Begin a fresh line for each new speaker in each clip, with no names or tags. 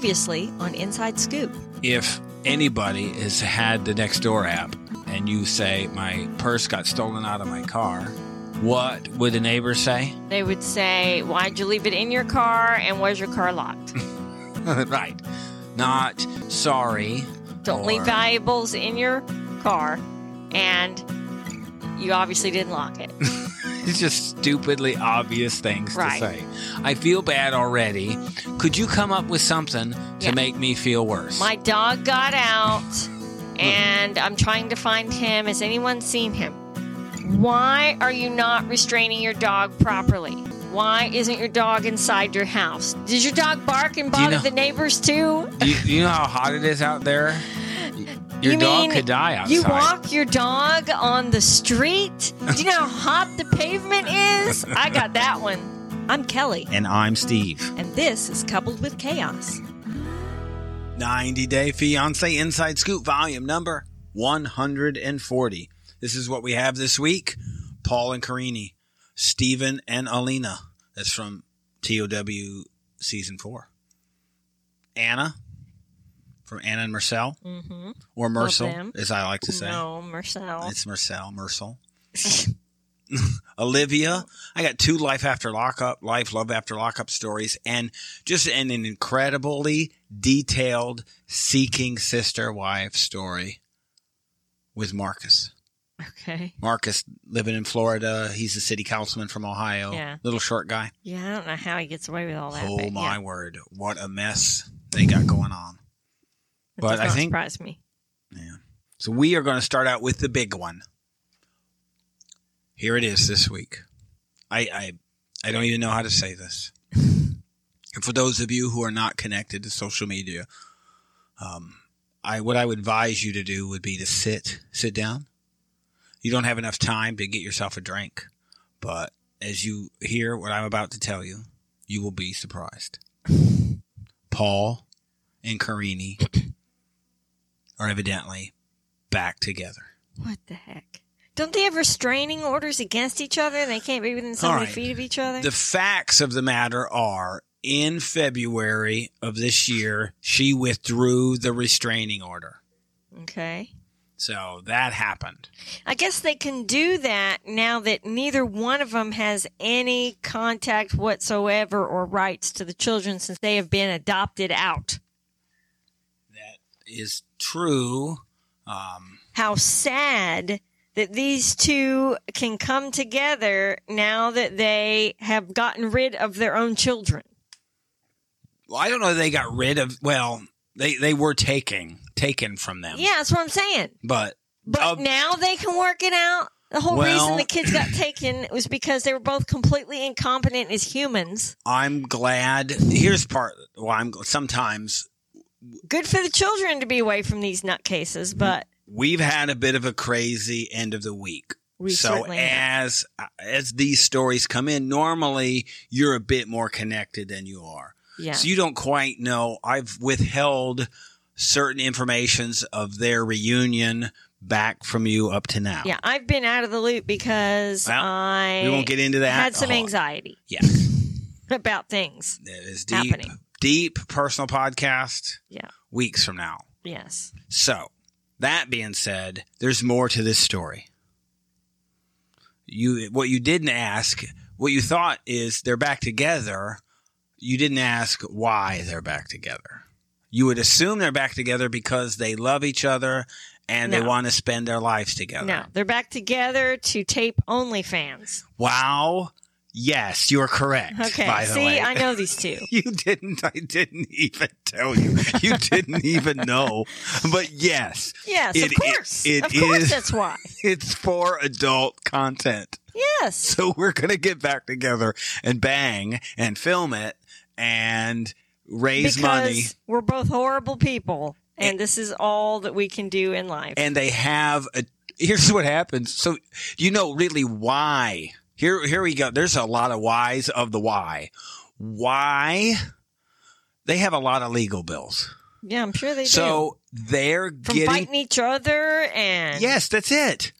Previously on Inside Scoop.
if anybody has had the Nextdoor app and you say, my purse got stolen out of my car, what would the neighbor say?
They would say, Why'd you leave it in your car and was your car locked?
right. Not sorry.
Don't leave
Or-
valuables in your car and you obviously didn't lock it.
It's just stupidly obvious things
Right.
to say. I feel bad already. Could you come up with something to
Yeah.
make me feel worse?
My dog got out and I'm trying to find him. Has anyone seen him? Why are you not restraining your dog properly? Why isn't your dog inside your house? Did your dog bark and
you
bother
know-
the neighbors too?
do, you, do you know how hot it is out there? Your
You
dog
mean
could die outside.
You walk your dog on the street? Do you know how hot the pavement is? I got that one. I'm Kelly,
And I'm Steve.
and this is Coupled with Chaos.
90 Day Fiance Inside Scoop, volume number 140. This is what we have this week Paul and Carini, Stephen and Alina. That's from TOW season four. Anna from Anna and Marcel,
Mm-hmm.
or
them.
Mercel, as I like to say.
No, Marcel.
It's Marcel, Mercel. Olivia. I got two life after lockup, life love after lockup stories, and just an, an incredibly detailed seeking sister wife story with Marcus.
okay.
Marcus living in Florida. He's a city councilman from Ohio.
Yeah.
Little short guy.
Yeah, I don't know how he gets away with all that.
Oh
but
my
yeah, that
word. What a mess they got going on. but
does
I
not
think-
surprise me.
So we are going to start out with the big one. Here it is this week. I I, I don't even know how to say this. and for those of you who are not connected to social media, um, I what I would advise you to do would be to sit sit down. You don't have enough time to get yourself a drink, but as you hear what I'm about to tell you, you will be surprised. Paul and Carini are evidently back together.
What the heck? Don't they have restraining orders against each other? They can't be within so
All
many
right.
feet of each other.
The facts of the matter are in February of this year, she withdrew the restraining order.
okay.
So that happened.
I guess they can do that now that neither one of them has any contact whatsoever or rights to the children since they have been adopted out.
That is true. Um,
How sad that these two can come together now that they have gotten rid of their own children.
well, I don't know if they got rid of, well, they, they were taking, taken from them.
Yeah, that's what I'm saying.
But
But
Uh,
now they can work it out. The whole
Well-
reason the kids got taken was because they were both completely incompetent as humans.
I'm glad. Here's part, well, I'm sometimes
Good for the children to be away from these nutcases, but
we've had a bit of a crazy end of the week.
we
so
certainly have.
as uh, as these stories come in, normally you're a bit more connected than you are.
Yeah.
So you don't quite know. I've withheld certain informations of their reunion back from you up to now.
yeah, I've been out of the loop because
Well,
I
We won't get into that.
had some
Oh,
anxiety
Yeah.
about things.
It is deep,
happening.
deep personal podcast.
Yeah.
Weeks from now.
Yes.
So, that being said, there's more to this story. You what you didn't ask, what you thought is they're back together. You didn't ask why they're back together. You would assume they're back together because they love each other and they
No.
want to spend their lives together.
No, they're back together to tape OnlyFans.
Wow. Yes, you're correct.
Okay.
By the
See,
way.
I know these two.
you didn't I didn't even tell you. You didn't even know. But yes,
Yes,
It-
of
it-
course.
it
of course,
is-
that's why.
it's for adult content.
Yes.
So we're going to get back together and bang and film it and raise
because
money.
we're both horrible people, and this is all that we can do in life.
And they have a. Here's what happens. So you know really why. Here, here we go. There's a lot of whys of the why. Why? They have a lot of legal bills.
yeah, I'm sure they do.
So they're
From
getting
fighting each other and
Yes, that's it.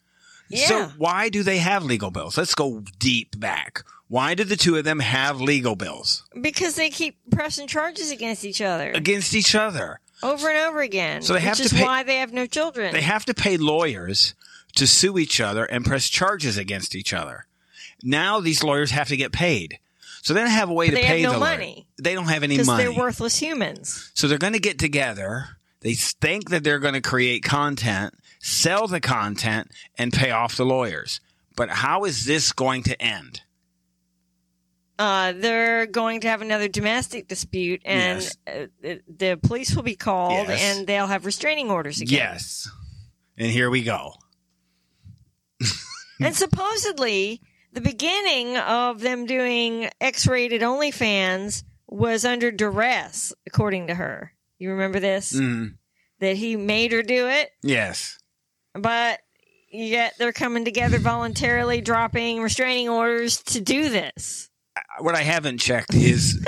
Yeah.
So why do they have legal bills? Let's go deep back. Why do the two of them have legal bills
because they keep pressing charges against each other
against each other?
over and over again.
So they have
which
to
is
pay-
why they have no children.
They have to pay lawyers to sue each other and press charges against each other. Now these lawyers have to get paid. So they don't have a way
They
to
have
pay
no
the lawyer.
money.
They don't have any
because
money.
they're worthless humans.
So they're going to get together. They think that they're going to create content, sell the content, and pay off the lawyers. But how is this going to end?
Uh, they're going to have another domestic dispute, and
Yes.
uh, the, the police will be called,
Yes.
and they'll have restraining orders again.
Yes. And here we go.
And supposedly, the beginning of them doing X rated OnlyFans was under duress, according to her. You remember this?
Mm,
That he made her do it,
yes.
but yet they're coming together voluntarily, dropping restraining orders to do this.
What I haven't checked is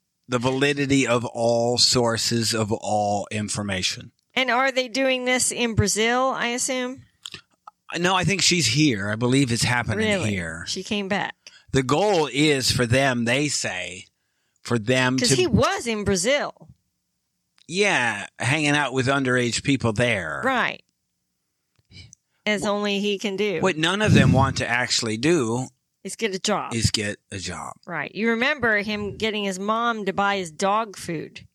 the validity of all sources of all information.
And are they doing this in Brazil, I assume?
No, I think she's here. I believe it's happening
really?
here.
She came back.
The goal is for them, they say, for them
Because
to
he was in Brazil.
yeah, hanging out with underage people there.
Right. As only he can do
What none of them want to actually do
is get a job.
is get a job.
Right. You remember him getting his mom to buy his dog food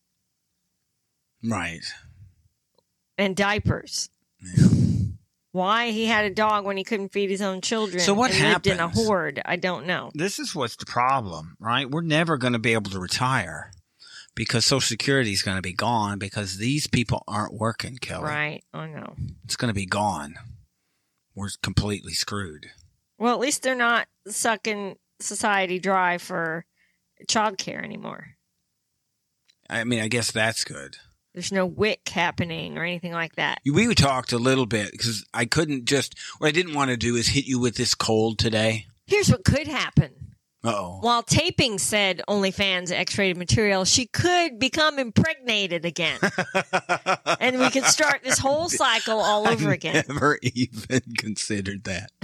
Right.
and diapers. Why he had a dog when he couldn't feed his own children?
So what
and Lived in a
happens?
horde. I don't know.
This is what's the problem, right? We're never going to be able to retire because Social Security is going to be gone because these people aren't working, Kelly.
Right. I know.
It's going to be gone. We're completely screwed.
Well, at least they're not sucking society dry for childcare anymore.
I mean, I guess that's good.
There's no wick happening or anything like that.
We talked a little bit because I couldn't just, what I didn't want to do is hit you with this cold today.
Here's what could happen.
Uh oh.
While taping said OnlyFans X rated material, she could become impregnated again. and we could start this whole cycle all over again.
Never even considered that.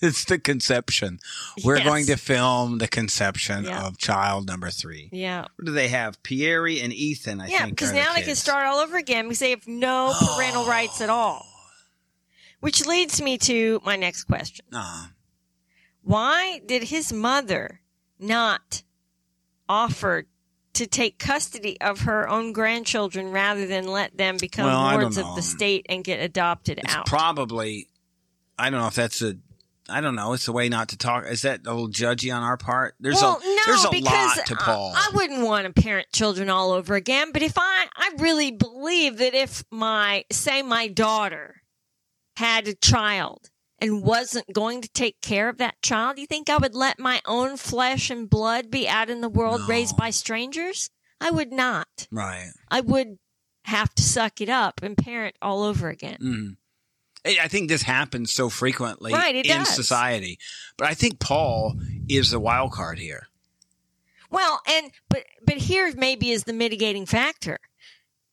it's the conception. We're
Yes.
going to film the conception
Yeah.
of child number three.
Yeah.
What do they have? Pieri and Ethan, I
yeah,
think.
because
are
now they
the
can
kids.
start all over again because they have no parental
Oh.
rights at all. Which leads me to my next question
Ah,
Why did his mother not offer to take custody of her own grandchildren rather than let them become
Well, I don't
wards of
know.
the state and get adopted
it's
out?
probably, I don't know if that's a. I don't know. It's a way not to talk. Is that a little judgy on our part? There's
well,
a
no,
there's a
because
lot to
I-
Paul.
I, wouldn't want to parent children all over again. But if I, I really believe that if my, say, my daughter had a child and wasn't going to take care of that child, you think I would let my own flesh and blood be out in the world
No.
raised by strangers? I would not.
right.
I would have to suck it up and parent all over again.
Mm. I I think this happens so frequently
Right, it
in
does.
society, but I think Paul is the wild card here.
Well, and but but here maybe is the mitigating factor.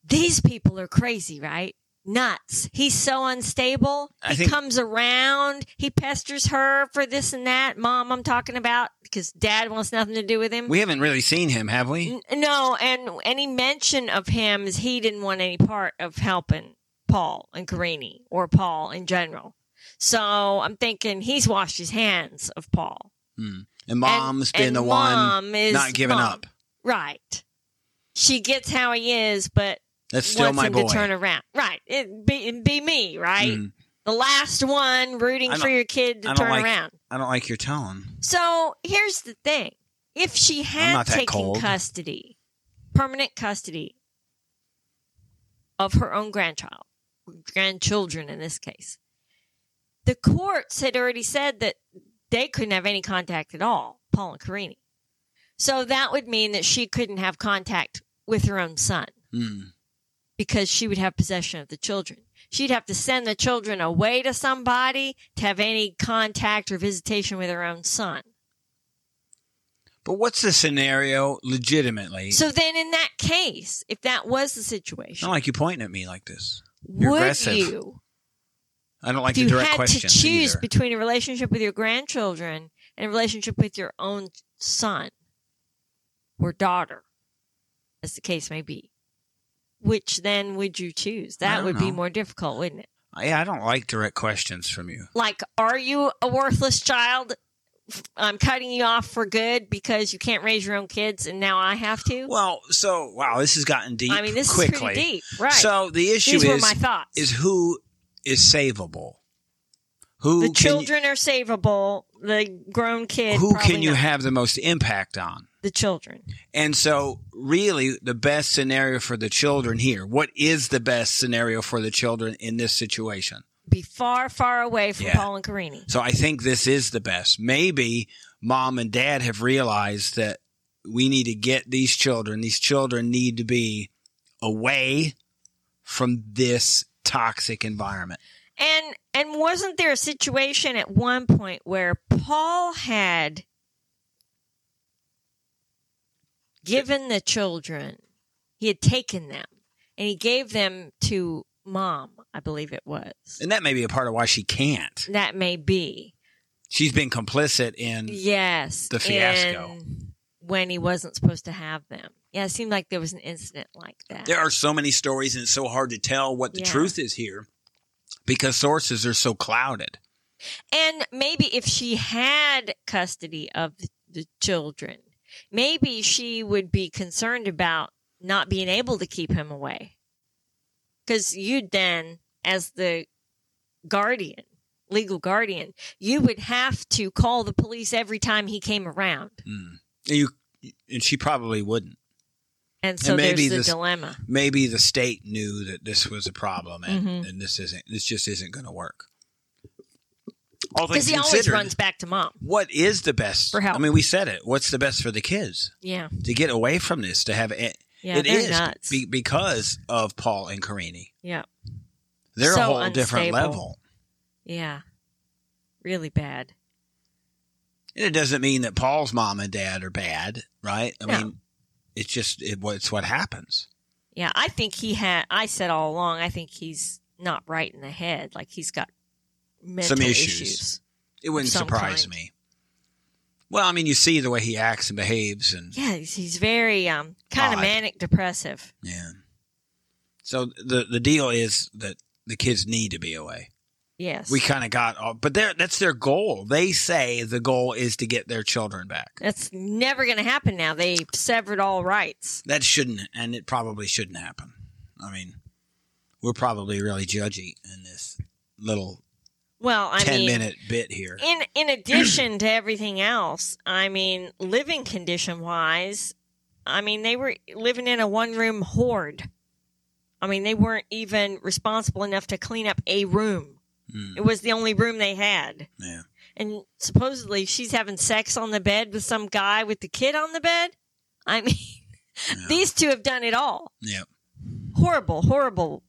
These people are crazy, right? Nuts. He's so unstable.
I
He
think-
comes around. He pesters her for this and that. Mom, I'm talking about because dad wants nothing to do with him.
We haven't really seen him, have we?
N- no, and any mention of him is he didn't want any part of helping Paul and Carini or Paul in general. So I'm thinking he's washed his hands of Paul.
And
And-
mom's been
and
the one
mom is
not giving
mom.
up.
Right. She gets how he is, but
That's still
wants
my
him
boy.
to turn around. Right. It be, it be me, right?
Mm.
The last one rooting
I
for
don't-
your kid
I
to
don't
turn
like-
around.
I don't like your tone.
So here's the thing. If she had
not that
taken
cold.
custody, permanent custody of her own grandchild, grandchildren in this case, the courts had already said that they couldn't have any contact at all, Paul and Carini. So that would mean that she couldn't have contact with her own son
Mm.
because she would have possession of the children. She'd have to send the children away to somebody to have any contact or visitation with her own son.
But what's the scenario legitimately?
So then, in that case, if that was the
I don't
situation,
like you pointing at me like this. you're
would
aggressive.
you
I don't like
if
the
you
direct
had to
question.
choose
either.
between a relationship with your grandchildren and a relationship with your own son or daughter, as the case may be, which then would you choose? That
don't
would be
know.
more difficult, wouldn't it?
yeah, I don't like direct questions from you.
Like, are you a worthless child? F- I'm cutting you off for good because you can't raise your own kids, and now I have to.
Well, so wow, this has gotten deep.
Mm-hmm. I mean, this
quickly.
is pretty deep, right?
So the issue
These were
is
my thoughts.
is who is savable? Who
the
can-
children are savable. The grown kid.
who
probably
can you
not.
have the most impact on?
The children.
And so, really, the best scenario for the children here. What is the best scenario for the children in this situation?
be far, far away from
Yeah.
Paul and Carini.
So I think this is the best. Maybe mom and dad have realized that we need to get these children. These children need to be away from this toxic environment.
And and wasn't there a situation at one point where Paul had given the children, he had taken them, and he gave them to mom, I believe it was.
And that may be a part of why she can't.
That may be.
She's been complicit in
Yes.
The fiasco.
in When he wasn't supposed to have them. Yeah, it seemed like there was an incident like that.
there are so many stories and it's so hard to tell what the
Yeah.
truth is here because sources are so clouded.
And maybe if she had custody of the- the children, maybe she would be concerned about not being able to keep him away. Because you'd then, as the guardian, legal guardian, you would have to call the police every time he came around.
Mm. And you and she probably wouldn't.
And so
And maybe
there's the
this-
dilemma.
Maybe the state knew that this was a problem and,
Mhm.
and this isn't this just isn't going to work. All
Because
things
he always
considered,
runs back to mom.
what is the best
For help.
I mean, we said it. What's the best for the kids
Yeah.
to get away from this? To have it,
Yeah.
it
they're
is
nuts.
be- because of Paul and Carini.
yeah.
They're a
So
whole different
unstable.
level.
Yeah. Really bad.
And it doesn't mean that Paul's mom and dad are bad, right? I
No.
mean, it's just it, it's what happens.
Yeah, I think he had. I said all along. I think he's not right in the head. Like he's got mental
Some issues.
issues.
It wouldn't
Some
surprise
kind.
me. Well, I mean, you see the way he acts and behaves, and
Yeah, he's, he's very um kind
Odd.
of manic depressive.
yeah. So the the deal is that the kids need to be away.
Yes,
We kind of got all, but they're, that's their goal. They say the goal is to get their children back.
that's never going to happen. Now they severed all rights.
That shouldn't, and it probably shouldn't happen. I mean, we're probably really judgy in this little
Well, I
ten
mean,
minute bit here.
in in addition to everything else, I mean, living condition wise, I mean, they were living in a one room hoard. I mean, they weren't even responsible enough to clean up a room.
Mm,
It was the only room they had.
yeah.
And supposedly she's having sex on the bed with some guy with the kid on the bed. I mean,
Yeah.
these two have done it all.
Yep.
Horrible, horrible,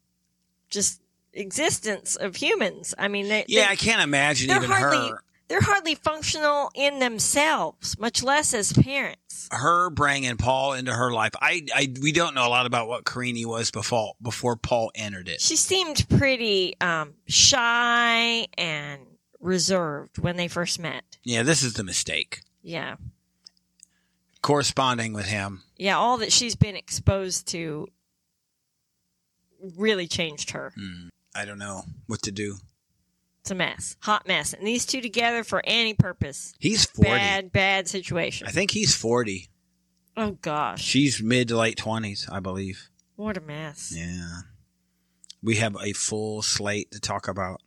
just existence of humans. I mean, they,
Yeah,
they,
I can't imagine
they're
even
hardly-
her
they're hardly functional in themselves, much less as parents.
her bringing Paul into her life. I, I we don't know a lot about what Carini was before before Paul entered it.
She seemed pretty um, shy and reserved when they first met.
Yeah, this is the mistake.
Yeah.
Corresponding with him,
Yeah. All that she's been exposed to really changed her.
hmm, I don't know what to do.
It's a mess, hot mess, and these two together for any purpose.
He's forty.
Bad, bad situation.
I think he's forty.
oh gosh,
She's mid to late twenties, I believe.
what a mess.
Yeah, we have a full slate to talk about.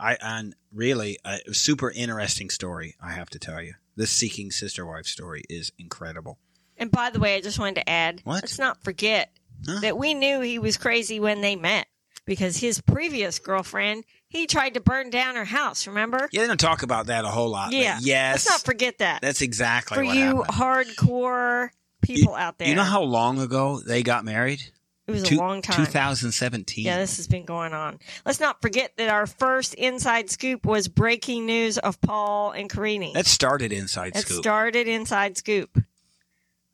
I and really a super interesting story. I have to tell you, this seeking sister wife story is incredible.
And by the way, I just wanted to add,
What?
let's not forget
Huh?
that we knew he was crazy when they met because his previous girlfriend, he tried to burn down her house. Remember?
Yeah, they don't talk about that a whole lot. but
Yeah.
yes,
Let's not forget that
that's exactly
for
what
you
happened.
hardcore people out there.
You know how long ago they got married?
it was
Two-
a long time.
2017.
Yeah, this has been going on. Let's not forget that our first inside scoop was breaking news of Paul and Carini.
that started Inside
It
Scoop.
started Inside Scoop.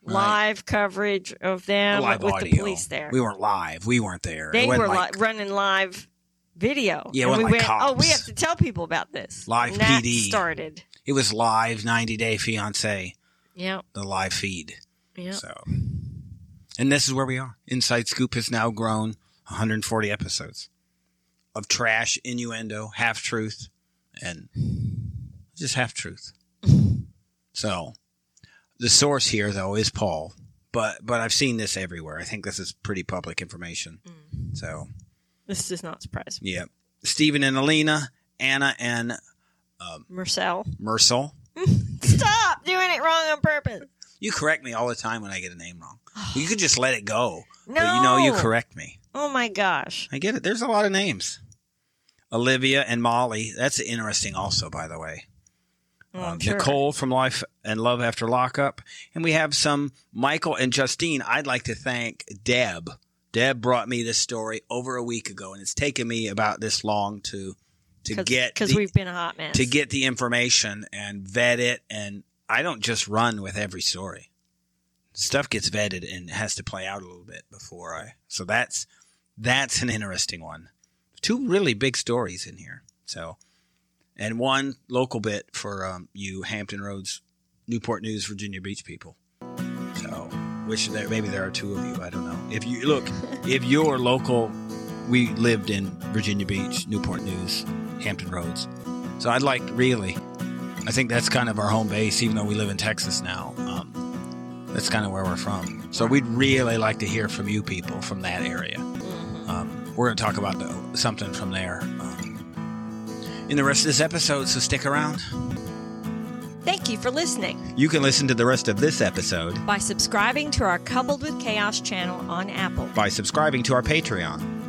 Right.
Live coverage of them
live
with
audio.
the police there.
We weren't live. We weren't there. It
they
wasn't
were li-
like-
running live video.
Yeah, it
and
wasn't
we
like
went, oh, we
cops.
have to tell people about this.
Live
and that
PD.
started.
It was live 90 Day Fiance,
Yep,
the live feed.
yep.
So, and this is where we are. Inside Scoop has now grown 140 episodes of trash, innuendo, half truth, and just half truth. so, the source here though is Paul, but but I've seen this everywhere. I think this is pretty public information. So,
Mm. This does not surprise me.
yeah, Stephen and Alina, Anna and um,
Marcel,
Mercel.
stop doing it wrong on purpose.
You correct me all the time when I get a name wrong. you could just let it go.
No,
But you know you correct me.
Oh my gosh.
I get it. There's a lot of names. Olivia and Molly. That's interesting, also, by the way.
Well, Oh, I'm
Um,
sure.
Nicole from Life and Love After Lockup. And we have some Michael and Justine. I'd like to thank Deb. Deb brought me this story over a week ago, and it's taken me about this long to to get
because
the-
we've been a hot mess.
to get the information and vet it. And I don't just run with every story. Stuff gets vetted and has to play out a little bit before I. So that's that's an interesting one. Two really big stories in here. So, and one local bit for um, you Hampton Roads, Newport News, Virginia Beach people. So, which there maybe there are two of you. I don't know. If you look, if you're local, we lived in Virginia Beach, Newport News, Hampton Roads. So I'd like really, I think that's kind of our home base, even though we live in Texas now. Um, that's kind of where we're from. So we'd really like to hear from you people from that area. Um, we're going to talk about the, something from there um, in the rest of this episode, so stick around.
Thank you for listening.
You can listen to the rest of this episode
By subscribing to our Coupled with Chaos channel on Apple
by subscribing to our Patreon